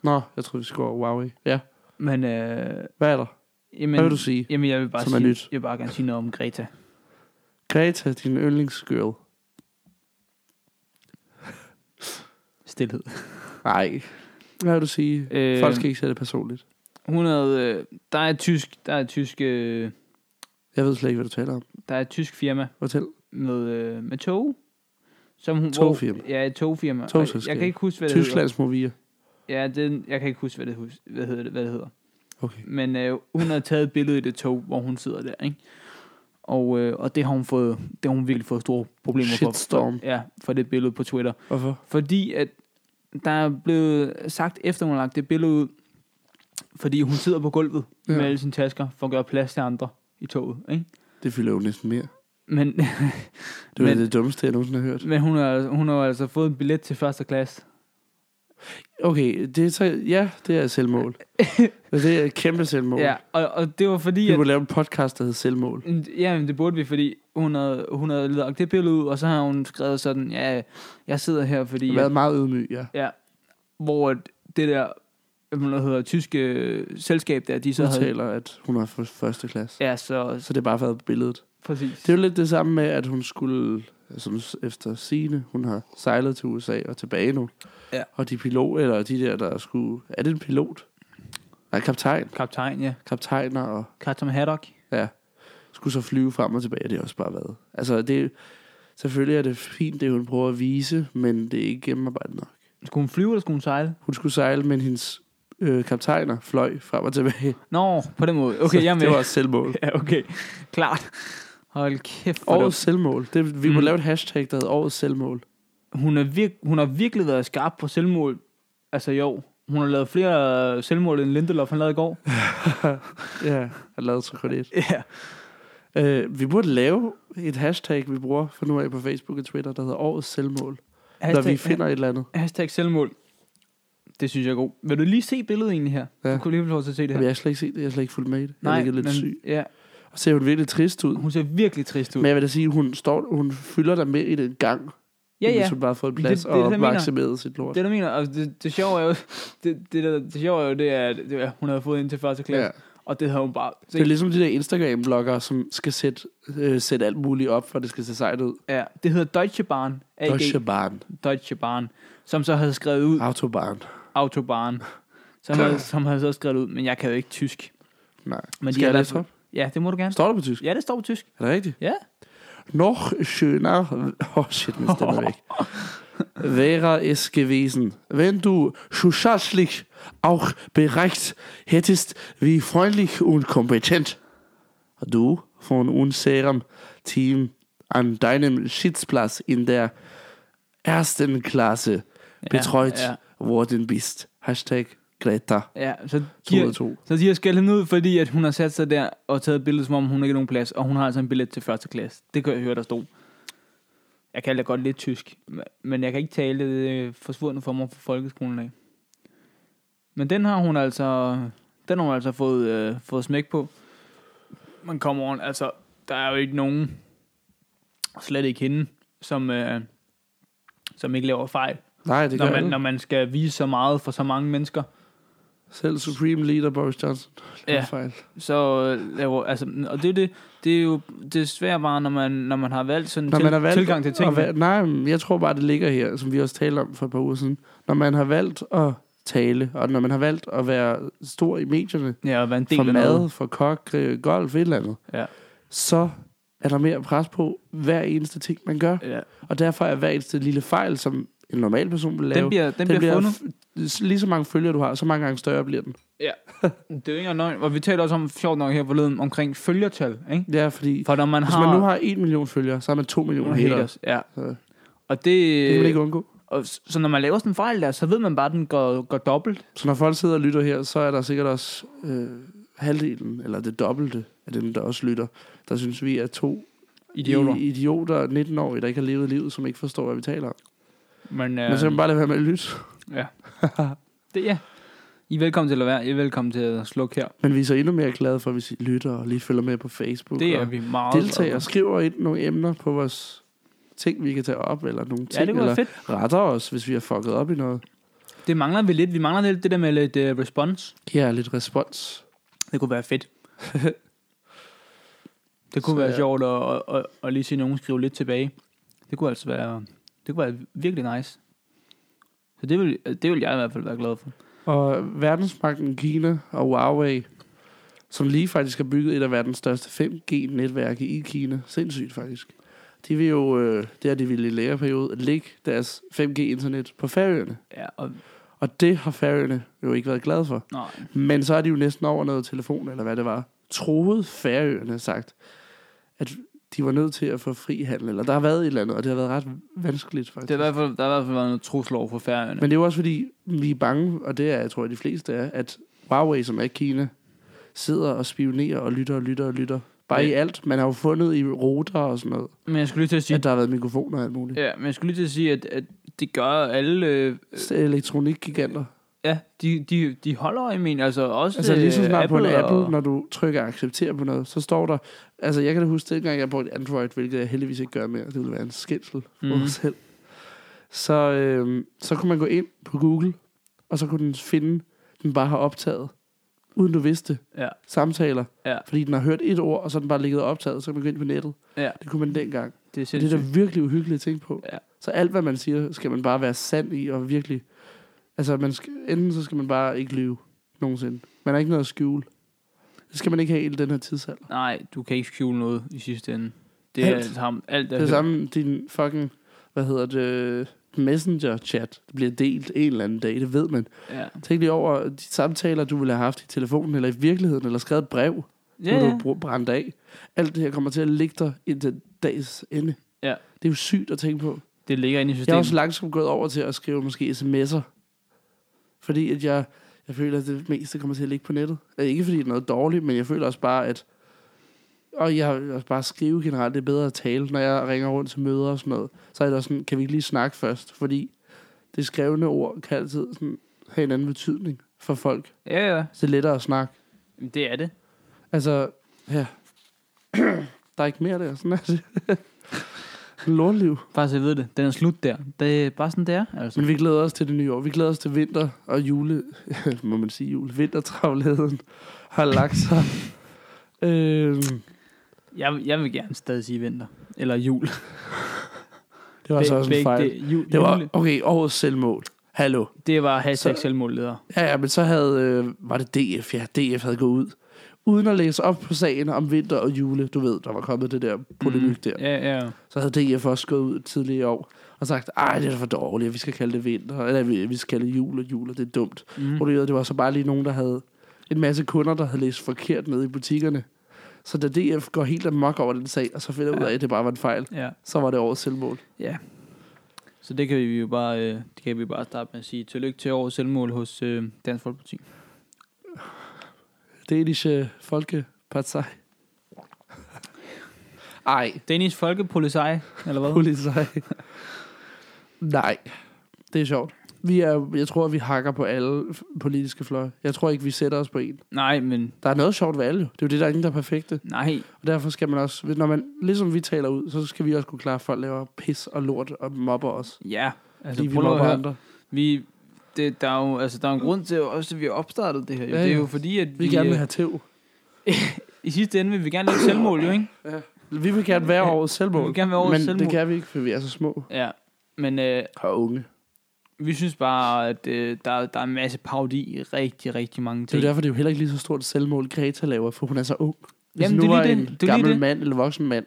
Nå, jeg tror vi skulle over Huawei. Ja. Men, øh, Hvad er der? jamen, Hvad vil du sige? Jamen, jeg vil bare, Som er sige, nyt. Jeg vil bare gerne sige noget om Greta. Greta, din yndlingsgirl. Stilhed. Nej. Hvad vil du sige? Øh, Folk skal ikke tage det personligt. 100, øh, der er et tysk, der er et tysk, øh, Jeg ved slet ikke, hvad du taler om. der er et tysk firma, Fortæl. med, øh, med tog. Som hun, Togfirma. Hvor, ja, et togfirma. Togselskab. Jeg kan ikke huske, hvad det Tysklands Movia. hedder. Ja, det, jeg kan ikke huske, hvad det, hus- hvad hedder det, hvad det hedder. Okay. Men øh, hun har taget et billede i det tog, hvor hun sidder der, ikke? Og, øh, og det har hun fået, det har hun virkelig fået store problemer Shitstorm. for. Ja, for det billede på Twitter. Hvorfor? Fordi at der er blevet sagt, efter hun har lagt det billede ud, fordi hun sidder på gulvet ja. Ja. med alle sine tasker, for at gøre plads til andre i toget, ikke? Det fylder jo næsten mere. Men, Det var Men- det dummeste, jeg nogensinde har hørt. men hun, har, hun har altså fået en billet til første klasse. Okay, det er så, ja, det er selvmål. det er et kæmpe selvmål. Ja, og, og det var fordi, Vi at, må lave en podcast, der hedder Selvmål. ja, men det burde vi, fordi hun havde, hun havde lagt det billede ud, og så har hun skrevet sådan, ja, jeg sidder her, Det fordi, har været meget ydmyg, ja. hvor at det der, hvad det hedder, tyske øh, selskab der, de så Så havde, taler, at hun har fået første klasse. ja, så Så det har bare været billedet. præcis. Det er jo lidt det samme med, at hun skulle, som efter sine, hun har sejlet til USA og tilbage nu. Ja. Og de pilot, eller de der, der skulle... Er det en pilot? Nej, kaptajn. Kaptajn, ja. Kaptajner og Captain Haddock. skulle så flyve frem og tilbage, det har også bare været. Altså, det, selvfølgelig er det fint, det hun prøver at vise, men det er ikke gennemarbejdet nok. Skulle hun flyve, eller skulle hun sejle? Hun skulle sejle, men hendes øh, kaptajner fløj frem og tilbage. Nå, på den måde. Okay, så jeg er med. det var også selvmål. Ja, okay. Klart. Hold kæft. hvor Årets selvmål. Det, vi Mm. må lave et hashtag, der hedder Årets selvmål. hun, er virk, hun har virkelig været skarp på selvmål. Altså jo, hun har lavet flere øh, selvmål end Lindelof, han lavede i går. Ja, jeg lavede så kun et. Ja. Øh, vi burde lave et hashtag, vi bruger fra nu af på Facebook og Twitter, der hedder Årets selvmål. Hashtag, når vi finder et eller andet. hashtag selvmål. Det synes jeg er god. Vil du lige se billedet egentlig her? Ja. Du kunne lige få lov til at se det Jamen, her. jeg har slet ikke set det. Jeg har slet ikke fulgt med i det. Jeg ligger lidt syg. ja, Og ser hun virkelig trist ud. hun ser virkelig trist ud. Men jeg vil da sige, hun, står, hun fylder dig med i den gang. ja, ja. Hvis hun bare har fået Det- plads det det, er det, jeg og mener. maksimeret sit lort. Det er, du mener, og det, det sjove er jo, det, det, der, det sjove er jo, det er, at det er, at hun havde fået ind til første klasse, ja. og det havde hun bare... Se, det er ligesom de der Instagram-bloggere, som skal sætte, øh, sætte alt muligt op, for at det skal se sejt ud. ja, det hedder Deutsche Bahn, AG, Deutsche Deutsche. Bahn. Deutsche Bahn, som så havde skrevet ud, Autobahn. Autobahn, som havde, som havde så skrevet ud, men jeg kan jo ikke tysk. Nej. Men Men de skal er jeg i læse hvert op? Ja, det må du gerne. Står der på tysk? Ja, det står på tysk. Er det rigtigt? Ja. Noch schöner... Åh, oh, shit, min stemme er væk. Wäre es gewesen, wenn du schussachlich auch bereicht hättest, wie freundlich und kompetent du von unserem Team an deinem Sitzplatz in der ersten Klasse betreut ja. worden bist. Hashtag Greta Ja, så de, 202. så de har skældt hende ud, fordi at hun har sat sig der og taget et billede, som om hun ikke har nogen plads, og hun har altså en billet til første klasse. Det kan jeg høre, der stod. Jeg kan da godt lidt tysk, men jeg kan ikke tale det er forsvundet for mig fra folkeskolen af. Men den har hun altså, den har hun altså fået, øh, fået smæk på. Man kommer on, altså, der er jo ikke nogen, slet ikke hende, som, øh, som ikke laver fejl. Nej, det gør Når man, man, når man skal vise så meget for så mange mennesker. Selv Supreme Leader Boris Johnson. Ja. Ja. Fejl. så øh, laver, altså, og det er, det, det er jo desværre bare, når man, når man har valgt sådan en Når til, man har valgt tilgang til at tingene. være- nej, men jeg tror bare, det ligger her, som vi også talte om for et par uger siden. Når man har valgt at tale. Og når man har valgt at være stor i medierne, Ja, og være en del for af mad, noget. for kok, øh, golf, et eller andet, Ja. så er der mere pres på hver eneste ting, man gør. Ja. Og derfor er hver eneste lille fejl, som en normal person vil lave, Den, bliver, den, den bliver, fundet. f- lige så mange følgere, du har, så mange gange større bliver den. Det er jo ikke engang løgn. Og vi taler også om, sjovt nok her forleden, omkring følgertal. Ikke? Ja, fordi For når man hvis har... man nu har 1 million følgere, så har man 2 millioner nogle haters. haters. Ja. Så det Og det, kan man ikke undgå. og, s- så når man laver sådan en fejl der, så ved man bare, at den går, går dobbelt. Så når folk sidder og lytter her, så er der sikkert også øh, halvdelen, eller det dobbelte af dem, der også lytter, der synes vi er to Idioter. i- idioter 19-årige, der ikke har levet livet, som ikke forstår, hvad vi taler om. Men, Ja. øh, Men så kan man bare lade være med at lytte. det, ja. I er velkommen til at være. I er velkommen til at slukke her. Men vi er så endnu mere glade for, hvis I lytter og lige følger med på Facebook. Det er og vi meget... deltager og skriver ind nogle emner på vores ting, vi kan tage op, eller nogle ting, Ja, det kunne eller være fedt. retter os, hvis vi har fucket op i noget. Det mangler vi lidt. Vi mangler lidt det der med lidt uh, respons. Ja, lidt respons. Det kunne være fedt. det kunne Så så, være ja. sjovt at, at, at, at lige se nogen skrive lidt tilbage. Det kunne altså være, det kunne være virkelig nice. Så det vil, det vil jeg i hvert fald være glad for. Og verdensmagten Kina og Huawei, som lige faktisk har bygget et af verdens største 5G-netværk i Kina, sindssygt faktisk, de vil jo, øh, det har de ville i lægerperiode, lægge deres 5G-internet på færøerne. Ja, og, Og det har færøerne jo ikke været glade for. nej. Men så er de jo næsten over noget telefon, eller hvad det var, troede færøerne sagt, at de var nødt til at få fri handel, eller der har været et eller andet, og det har været ret vanskeligt faktisk. Det er i hvert fald, der har i hvert fald været noget trusler over for færgerne. Men det er jo også fordi, vi er bange, og det er, jeg tror, de fleste er, at Huawei, som er i Kina, sidder og spionerer og lytter og lytter og lytter. Bare Ja. i alt. Man har jo fundet i ruter og sådan noget, Men jeg skulle lige til at sige, at der har været mikrofoner og alt muligt. ja, men jeg skulle lige til at sige, at, at det gør alle, øh, S- Elektronikgiganter. ja, de, de, de holder øje med en, altså også Altså lige så øh, snart på en Apple, og, når du trykker acceptere på noget, så står der... Altså jeg kan da huske, dengang jeg brugte Android, hvilket jeg heldigvis ikke gør mere. Det ville være en skændsel for Mhm. mig selv. Så, øhm, så kunne man gå ind på Google, og så kunne den finde, den bare har optaget, uden du vidste, Ja. samtaler. Ja. Fordi den har hørt et ord, og så er den bare ligget og optaget, så kan man gå ind på nettet. Ja. Det kunne man dengang. det er Det er sindssygt. da virkelig uhyggeligt at tænke på. Ja. Så alt, hvad man siger, skal man bare være sand i, og virkelig... Altså, man skal, enten så skal man bare ikke lyve nogensinde. Man har ikke noget at skjule. Det skal man ikke have i den her tidsalder. Nej, du kan ikke skjule noget i sidste ende. Det Alt. er alt, ham, alt er Det er det samme, din fucking, hvad hedder det, messenger-chat bliver delt en eller anden dag, det ved man. Ja. Tænk lige over de samtaler, du ville have haft i telefonen, eller i virkeligheden, eller skrevet et brev. Ja, ja, ja. ja. du brændt af. Alt det her kommer til at ligge dig indtil dags ende. Ja. Det er jo sygt at tænke på. Det ligger inde i Jeg er systemet. også langsomt gået over til at skrive måske sms'er. Fordi at jeg, jeg føler, at det meste kommer til at ligge på nettet. Eh, Ikke fordi det er noget dårligt, men jeg føler også bare, at... Og jeg vil også bare skrive generelt, det er bedre at tale. Når jeg ringer rundt til møder og sådan noget, så er det også sådan, kan vi ikke lige snakke først? Fordi det skrevne ord kan altid sådan, have en anden betydning for folk. Ja, ja. Så det er lettere at snakke. Jamen, Det er det. Altså, ja. der er ikke mere der. Sådan er det. Lortliv. Bare så jeg ved det. Den er slut der. Det er bare sådan, det er. Altså. Men vi glæder os til det nye år. Vi glæder os til vinter og jule... må man sige jule? Vintertravlheden har lagt sig. øhm, Jeg, jeg vil gerne stadig sige vinter. Eller jul. Det det var så også en fejl. Det, jul, Det var, jule. okay, årets selvmål. Hallo. det var hashtag Så- selvmordleder. Ja, ja, men så havde... Øh, var det DF? Ja, DF havde gået ud. Uden at læse op på sagen om vinter og jule. Du ved, der var kommet det der polemik der. Mm. Ja, ja. Så havde DF også gået ud tidligere i år og sagt, ej, det er da for dårligt, vi skal kalde det vinter, eller vi, vi skal kalde det jul og jul, og det er dumt. Mm. Mm. Det var så bare lige nogen, der havde en masse kunder, der havde læst forkert ned i butikkerne. Så da DF går helt amok over den sag, og så finder ja. ud af, at det bare var en fejl, Ja. så var det årets selvmål. Ja. Så det kan vi jo bare, øh, det kan vi bare starte med at sige. Tillykke til årets selvmål hos øh, Dansk Folkeparti. Denische Folkepartei. Ej, Danish Folkepolisej, eller hvad? Polizei. Nej, det er sjovt. Vi er, jeg tror, vi hakker på alle f- politiske fløje. Jeg tror ikke, vi sætter os på en. Nej, men Der er noget sjovt ved alle. jo. Det er jo det, der er ingen, der er perfekte. nej. Og derfor skal man også, når man, ligesom vi taler ud, så skal vi også kunne klare, at folk laver pis og lort og mobber os. Ja. Altså, Altså, fordi vi prøv lige at mobber høre. andre. Vi, det, der, er jo, altså, der er en grund til, også, at vi har opstartet det her. Jo. Ja, Ja, det er ja. jo fordi, at Vi vi, vil gerne øh, vil have tæv. i sidste ende vil vi gerne lave selvmål, jo, ikke? Vi vil gerne være Ja, årets selvmål. vi vil gerne være årets men selvmål. det kan vi ikke, for vi er så små Ja, men, øh, og unge. vi synes bare, at øh, der, der er en masse parodi i rigtig, rigtig mange Det er ting. jo derfor, det er jo heller ikke lige så stort et selvmål, Greta laver, for hun er så ung. Hvis Jamen, Jamen, nu det er var lige en det. Det er det. lige gammel det. mand eller voksen mand,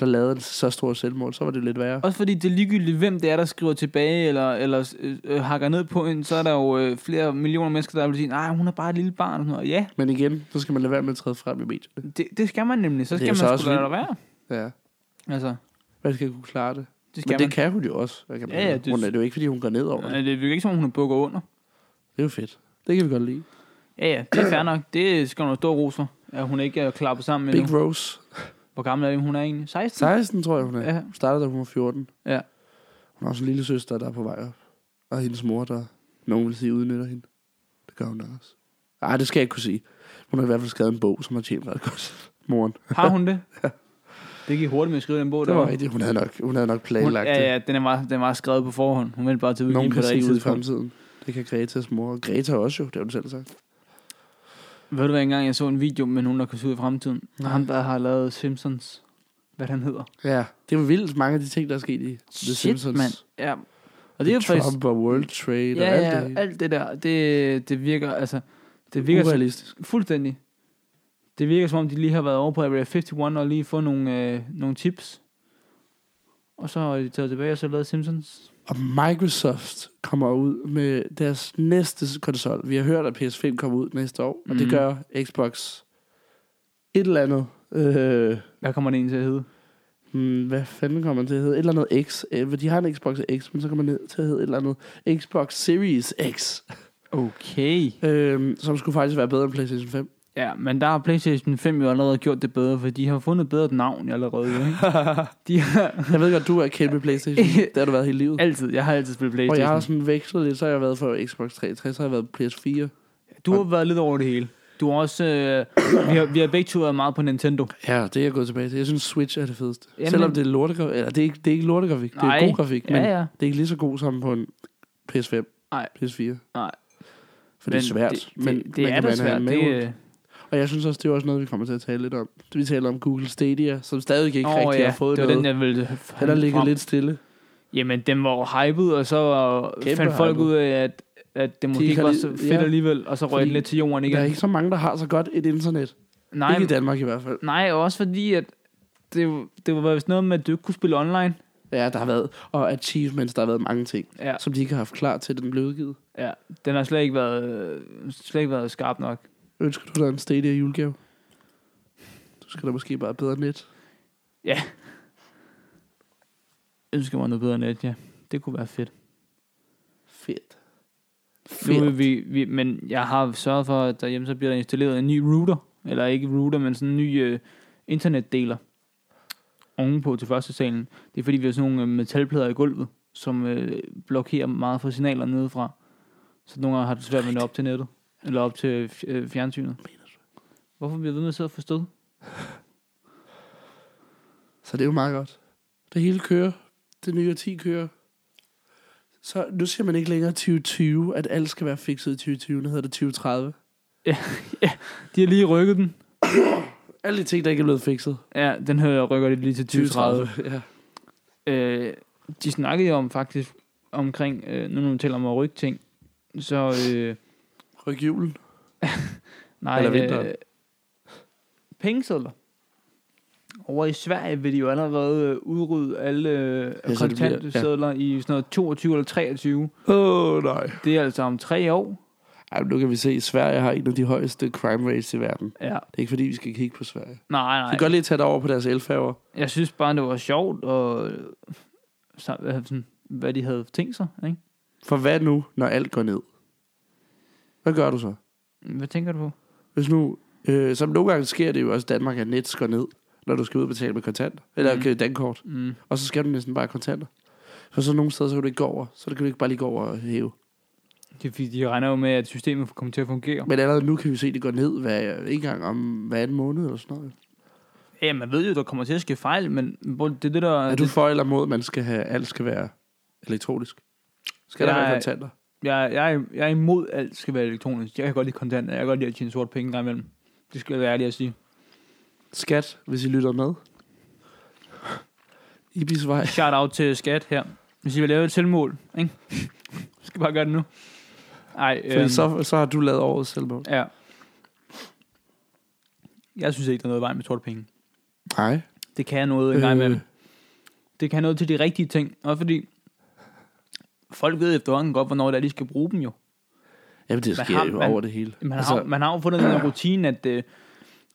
der lavede et så stort selvmål, så var det lidt værre. Også fordi det er ligegyldigt, hvem det er, der skriver tilbage, eller, eller øh, øh, hakker ned på en, så er der jo øh, flere millioner mennesker, der vil sige, nej, hun er bare et lille barn. Og sådan noget. Ja, Men igen, så skal man lade være med at træde frem i medierne. det, det skal man nemlig. Så Det er skal jo man så sgu også lade vildt. det være. Ja. Altså, Man skal kunne klare det. det Men skal det kan hun jo også. Kan man Ja, ja, sige. det- hun er det jo ikke, fordi hun går ned over man. det. Øh, Det virker ikke, som om hun er bukket under. Det er jo fedt. Det kan vi godt lide. Ja, ja, det er fair nok. Det skal hun have stor ros for, at hun ikke er klappet sammen med Big nu. Rose. Hvor gammel er hun er egentlig? 16? 16, tror jeg, hun er. Ja. Ja. Hun startede, da hun var 14. Ja. Hun har også en lille søster, der er på vej op. Og hendes mor, der nogen vil sige, udnytter hende. Det gør hun da også. Nej, det skal jeg ikke kunne sige. Hun har i hvert fald skrevet en bog, som har tjent ret godt. Moren. Har hun det? Det gik hurtigt med at skrive den bog. Det var derovre. rigtigt. Hun havde nok, hun havde hun, nok planlagt Ja, ja, den er, meget, den er meget skrevet på forhånd. Hun vendte bare til det. Nogen udgivning på kan det se ud i rigtige tidspunkt. fremtiden. Det kan Gretas mor. Og Greta også jo, det har hun selv sagt. Ved du hvad, engang jeg så en video med nogen, der kunne se ud i fremtiden. Nej. Og ham, der har lavet Simpsons. Hvad han hedder. Ja, det var vildt mange af de ting, der er sket i The Shit, Simpsons. mand. Ja. Og Og det er jo Trump faktisk... og World Trade og Ja, alt ja, det. alt det der. Det, det virker, altså... Det virker Virker som, Urealistisk. fuldstændig. Det virker som om, de lige har været over på Area 51 og lige fået nogle, øh, nogle tips. Og så har de taget tilbage og så lavet Simpsons. Og Microsoft kommer ud med deres næste konsol. Vi har hørt, at PS5 kommer ud næste år, og Mhm. det gør Xbox et eller andet. Øh, Hvad kommer det egentlig til at hedde? hmm, hvad fanden kommer den til at hedde? Et eller andet X. Øh, for de har en Xbox X, men så kommer den ned til at hedde et eller andet Xbox Series X, Okay. øh, som skulle faktisk være bedre end PlayStation 5. Ja, men der har PlayStation 5 jo allerede gjort det bedre, for de har fundet et bedre navn allerede. jo, Ikke? De har Jeg ved godt, du er kæmpe PlayStation. Det har du været hele livet. altid, jeg har altid spillet Og jeg PlayStation. har sådan vekslet lidt, så har jeg været for Xbox 360, så har jeg været PS4. Du har været lidt over det hele. Du har også, øh, vi, har, vi har begge to været meget på Nintendo. Ja, det er jeg gået tilbage til. Jeg synes, Switch er det fedeste. Jamen- Jamen, Selvom det er lortegrafik. Eller, det er ikke, det er ikke lortegrafik. Det Nej. er god grafik. Men Ja, ja. det er ikke lige så god som på en PS5. Nej. PS4. Nej. For det er svært. Det, men det, man det er kan da bare have svært. en Det, manual. øh, Og jeg synes også, det er også noget, vi kommer til at tale lidt om. Vi taler om Google Stadia, som stadig ikke Åh, rigtig ja, har fået det var noget. den, jeg ville den har ligget frem. lidt stille. Jamen, den var jo hyped, og så var, Kæmpe fandt folk hyped. ud af, at, at det måske De ikke kan var lige- så fedt ja. alligevel, og så røg Fordi den lidt til jorden Der igen. er ikke så mange, der har så godt et internet. Nej, nej, ikke i Danmark i hvert fald. nej, og også fordi, at det, det var vist noget med, at du ikke kunne spille online. Ja, der har været. Og achievements, der har været mange ting, Ja, som de ikke har haft klar til, at den blev udgivet. ja. Den har slet ikke været, øh, slet ikke været skarp nok. Ønsker du dig en Stadia julegave? Du skal da måske bare have bedre net. Jeg ønsker mig noget bedre net, ja. Det kunne være fedt. Fedt. Nu, vil vi, vi, men jeg har sørget for, at derhjemme så bliver der installeret en ny router. Eller ikke router, men sådan en ny øh, internetdeler. Ovenpå til første salen. Det er fordi, vi har sådan nogle øh, metalplader i gulvet, som øh, blokerer meget for signaler nedefra. Så nogle gange har det svært med at nå op til nettet. Eller op til fj- øh, fjernsynet. Hvorfor bliver vi ved med at sidde og forstå? Så det er jo meget godt. Det hele kører. Det nye 10 kører. Så nu siger man ikke længere 2020, at alt skal være fikset i 2020. Nu hedder det 2030. De har lige rykket den. Alle de ting, der ikke er blevet fikset. Ja, den her rykker det lige til 2030. Ja. øh, de snakkede jo om faktisk omkring, øh, nu når man taler om at rykke ting, så øh, Ryk julen. nej, Eller vinteren. øh, pengesedler. Over i Sverige vil de jo allerede øh, udrydde alle øh, Ja, så det bliver- kontantsedler i sådan noget 22 eller 23. Åh, oh, nej. Det er altså om tre år. Ej, men nu kan vi se, at Sverige har en af de højeste crime rates i verden. Ja. Det er ikke fordi, vi skal kigge på Sverige. Nej, nej. Vi kan godt lige tage dig over på deres elfærger. Jeg synes bare, det var sjovt, og øh, så, øh, sådan, hvad de havde tænkt sig. Ikke? For hvad nu, når alt går ned? Hvad gør du så? Hvad tænker du på? Hvis nu, øh, som nogle gange sker det jo også i Danmark, at net går ned, når du skal ud og betale med kontanter. Eller Mhm. mm. dankort. Mm. Og så skal du næsten bare have kontanter. For så nogle steder, så kan du ikke gå over. Så kan du ikke bare lige gå over og hæve. Det er fordi, de regner jo med, at systemet kommer til at fungere. Men allerede nu kan vi se, at det går ned hver, ikke engang om hver anden måned eller sådan noget. Ja, man ved jo, der kommer til at ske fejl, men hvor- det er det, der... Er du for eller mod, at man skal have, alt skal være elektronisk? Skal der Jeg- være kontanter? Jeg, jeg, er- jeg er imod, at alt skal være elektronisk. Jeg kan godt lide kontanter. Jeg kan godt lide at tjene sorte penge en gang imellem. Det skal jeg være ærlig at sige. Skat, hvis I lytter med. Ibisvej. Shout out til skat her. Hvis I vil lave et selvmål, ikke? skal bare gøre det nu. Ej, øhm, Fordi så, så har du lavet årets selvmål. Ja. Jeg synes ikke, der er noget i vejen med sorte penge. Nej. Det kan noget en gang imellem. Øh. Det kan noget til de rigtige ting. Også fordi folk ved efterhånden godt, hvornår det er, de skal bruge dem jo. Jamen, det Hvad sker har jo man- over det hele. Man, altså, har, man har jo fundet den her rutine, at øh,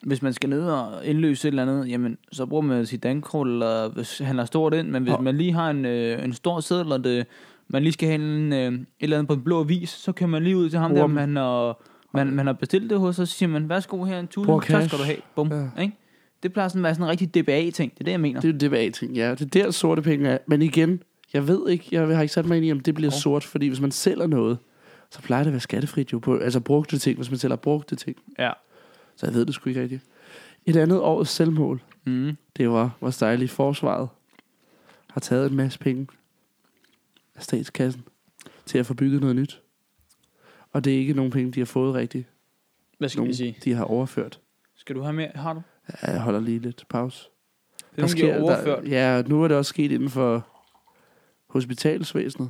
hvis man skal ned og indløse et eller andet, jamen, så bruger man sit dankort, eller hvis han har stort ind, men hvis Og- man lige har en, øh, en stor seddel, og det, man lige skal have en, øh, et eller andet på en blå avis, så kører man lige ud til ham Bruger der, dem. man har, man, man har bestilt det hos, så siger man, værsgo her en Bruger tusind, så cash. skal du have. Bum. Ja. Ja. Ikke? Det plejer sådan at være sådan en rigtig DBA-ting, det er det, jeg mener. det er jo det med ting, ja. Det er der sorte penge er. Men igen, jeg ved ikke, jeg har ikke sat mig ind i, om det bliver Hov. sort, fordi hvis man sælger noget, så plejer det at være skattefrit jo. På, altså brugte ting, hvis man sælger brugte ting. Ja. Så jeg ved det sgu ikke rigtigt. Et andet års selvmål, Mm. det var, hvor dejligt forsvaret har taget en masse penge af statskassen til at få bygget noget nyt. Og det er ikke nogen penge, de har fået rigtigt. Hvad skal Nogen, vi sige? de har overført. Skal du have mere? Har du? Ja, Jeg holder lige lidt pause. Det er sker, overført. Der, ja, nu er det også sket inden for hospitalsvæsenet,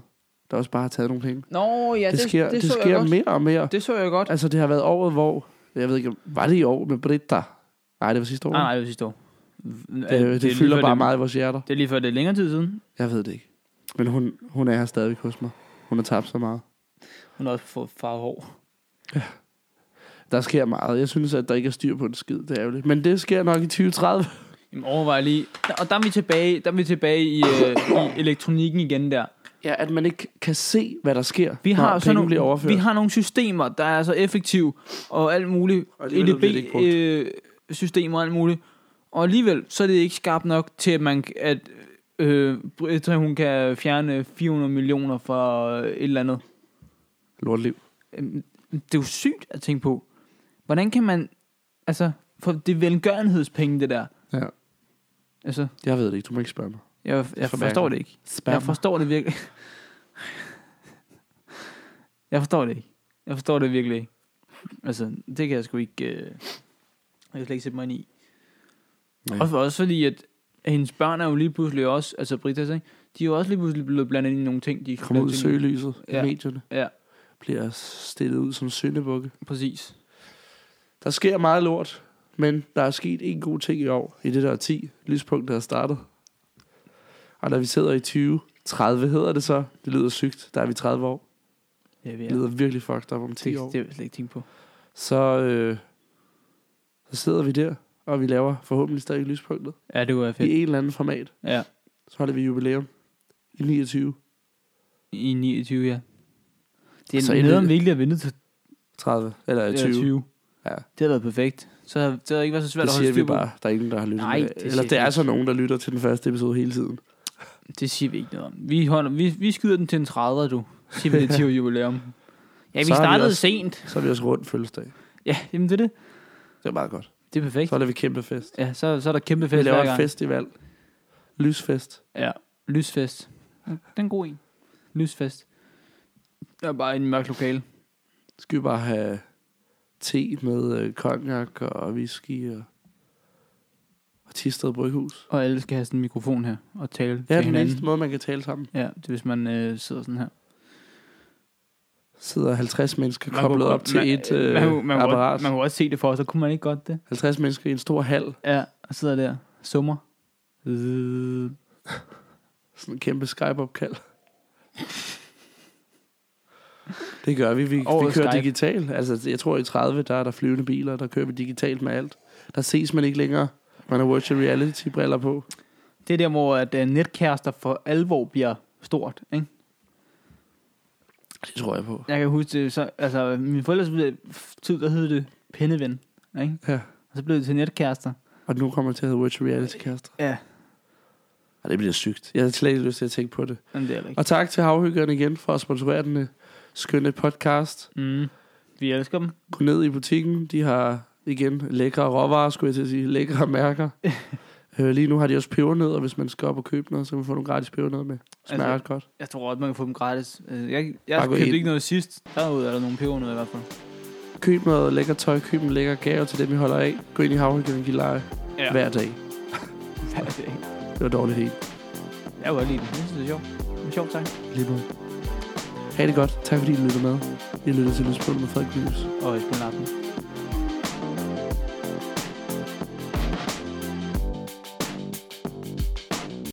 der også bare har taget nogle penge. Nå, ja, det, Ja, det, sker, det, det så jeg sker godt. mere og mere. Det, Det så jeg godt. altså, det har været året, hvor... Jeg ved ikke, om- var det i år med Britta? Nej, det var sidste år. Nej, nej, det var sidste år. øh, det, det, det fylder bare det, meget i vores hjerter. Det er lige før, det er længere tid siden. Jeg ved det ikke. Men hun, hun er her stadigvæk hos mig. Hun har tabt så meget. Hun har også fået farve hår. Der sker meget. Jeg synes, at der ikke er styr på en skid. Det er ærgerligt. Men det sker nok i 2030. Jamen, overvej lige. Og der er vi tilbage, der er vi tilbage i, øh, i elektronikken igen der. Ja, at man ikke kan se, hvad der sker, Vi har, når sådan penge bliver nogle, overført. vi har nogle systemer, der er så effektive og alt muligt. Og alligevel bliver det ikke brugt. EDB-systemer og alt muligt. Og alligevel, så er det ikke skarpt nok til, at, man, at øh, Britta, hun kan fjerne 400 millioner fra øh, et eller andet. Lortliv. Øhm, Det er jo sygt at tænke på. Hvordan kan man... Altså, for det er velgørenhedspenge, det der. Ja. Altså, Jeg ved det ikke. Du må ikke spørge mig. jeg, jeg Forbandet. forstår det ikke. Spørg Jeg forstår det virkelig. Jeg forstår det ikke. Jeg forstår det virkelig ikke. Altså, det kan jeg sgu ikke... Øh, jeg kan slet ikke sætte mig ind i. Nej. Også, også fordi, at hendes børn er jo lige pludselig også... Altså, Britas, ikke? De er jo også lige pludselig blevet blandet ind i nogle ting, de ikke kommer ud i blandet ind i. søgelyset ja. Ja. i medierne. Ja. Bliver stillet ud som syndebukke. Præcis. Der sker meget lort, men der er sket en god ting i år, i det der 10 lyspunkt, der er startet. Og da vi sidder i 20, 30 hedder det så. Det lyder sygt, der er vi 30 år. Ja, vi er. Ja. Det Det, lyder virkelig fucked up om 10 år. det har jeg slet ikke tænkt på. Så, øh, så sidder vi der, og vi laver forhåbentlig stadig lyspunktet. Ja, det var fedt. I en eller anden format. Ja. Så holder vi jubilæum i 29, I 29, ja. Det er Så så er det- nederen virkelig at vinde til 30 eller 20. 20. 20. 20. Ja. Det har været perfekt. Så har- det har ikke været så svært Det at holde siger vi styr på. bare. Der er ingen, der har lyttet. Nej, med. det Eller siger det vi er ikke. så nogen, der lytter til den første episode hele tiden. Det siger vi ikke noget om. Vi, holder, vi, vi skyder den til en 30'er, du. Siger vi det til jubilæum. Ja, vi Så har vi startede også- sent. Så er vi også rundt fødselsdag. Ja, jamen det er det. Det er meget godt. Det er perfekt. Så laver vi kæmpe fest. Ja, så, så er der kæmpe Vi fest laver hver en gang. Fest. festival. Lysfest. Ja, lysfest. Ja, Det er en god en. Lysfest. Jeg er bare i en mørk lokale. Skal vi bare have te med øh, cognac og whisky og, og Tisted Bryghus. Og alle skal have sådan en mikrofon her og tale Ja, til den eneste hinanden. måde, man kan tale sammen. Ja, det er, hvis man øh, sidder sådan her. Sidder 50 mennesker Man koblet kunne- op til man- et øh, man, kunne- man, kunne apparat. Også, man kunne også se det for os, så kunne man ikke godt det. 50 mennesker i en stor hal. Ja, og sidder der, summer. Øh, Sådan en kæmpe Skype-opkald. Det gør vi. Vi, vi kører Årets Skype. digitalt. Altså, jeg tror, i 30, der er der flyvende biler, der kører vi digitalt med alt. Der ses man ikke længere. Man har virtual reality-briller på. Det er der, hvor at, øh, netkærester for alvor bliver stort. Ikke? Det tror jeg på. Jeg kan huske, det, så, altså, min forældres tid, der hed det pindeven. Ikke? Ja. Og så blev det til netkærester. Og nu kommer det til at hedde virtual reality-kærester. Ja. Og det bliver sygt. Jeg har slet ikke lyst til at tænke på det. Men det er det ikke. Og tak til Havhyggeren igen for at sponsorere den øh, skønne podcast. Mm. Vi elsker dem. Gå ned i butikken. De har igen lækre råvarer, skulle jeg til at sige. Lækre mærker. øh, lige nu har de også pebernødder. Hvis man skal op og købe noget, så kan man få nogle gratis pebernødder med. Smager Altså, ret godt. Jeg tror også, man kan få dem gratis. Øh, Jeg, jeg Bare gå købte ind. ikke noget sidst. Derude er der nogle peber noget i hvert fald. Køb noget lækker tøj. Køb en lækker gave til dem, I holder af. Gå ind i Havhyggeren og give leje ja. hver dag. Det var dårligt helt. Jeg kan godt lide det. Jeg synes, det er sjovt. Det er sjovt, tak. Lige måde. Ha' det godt. Tak fordi I lyttede med. I lyttede til Lydspunktet med Frederik Lys. Og Esben Larsen.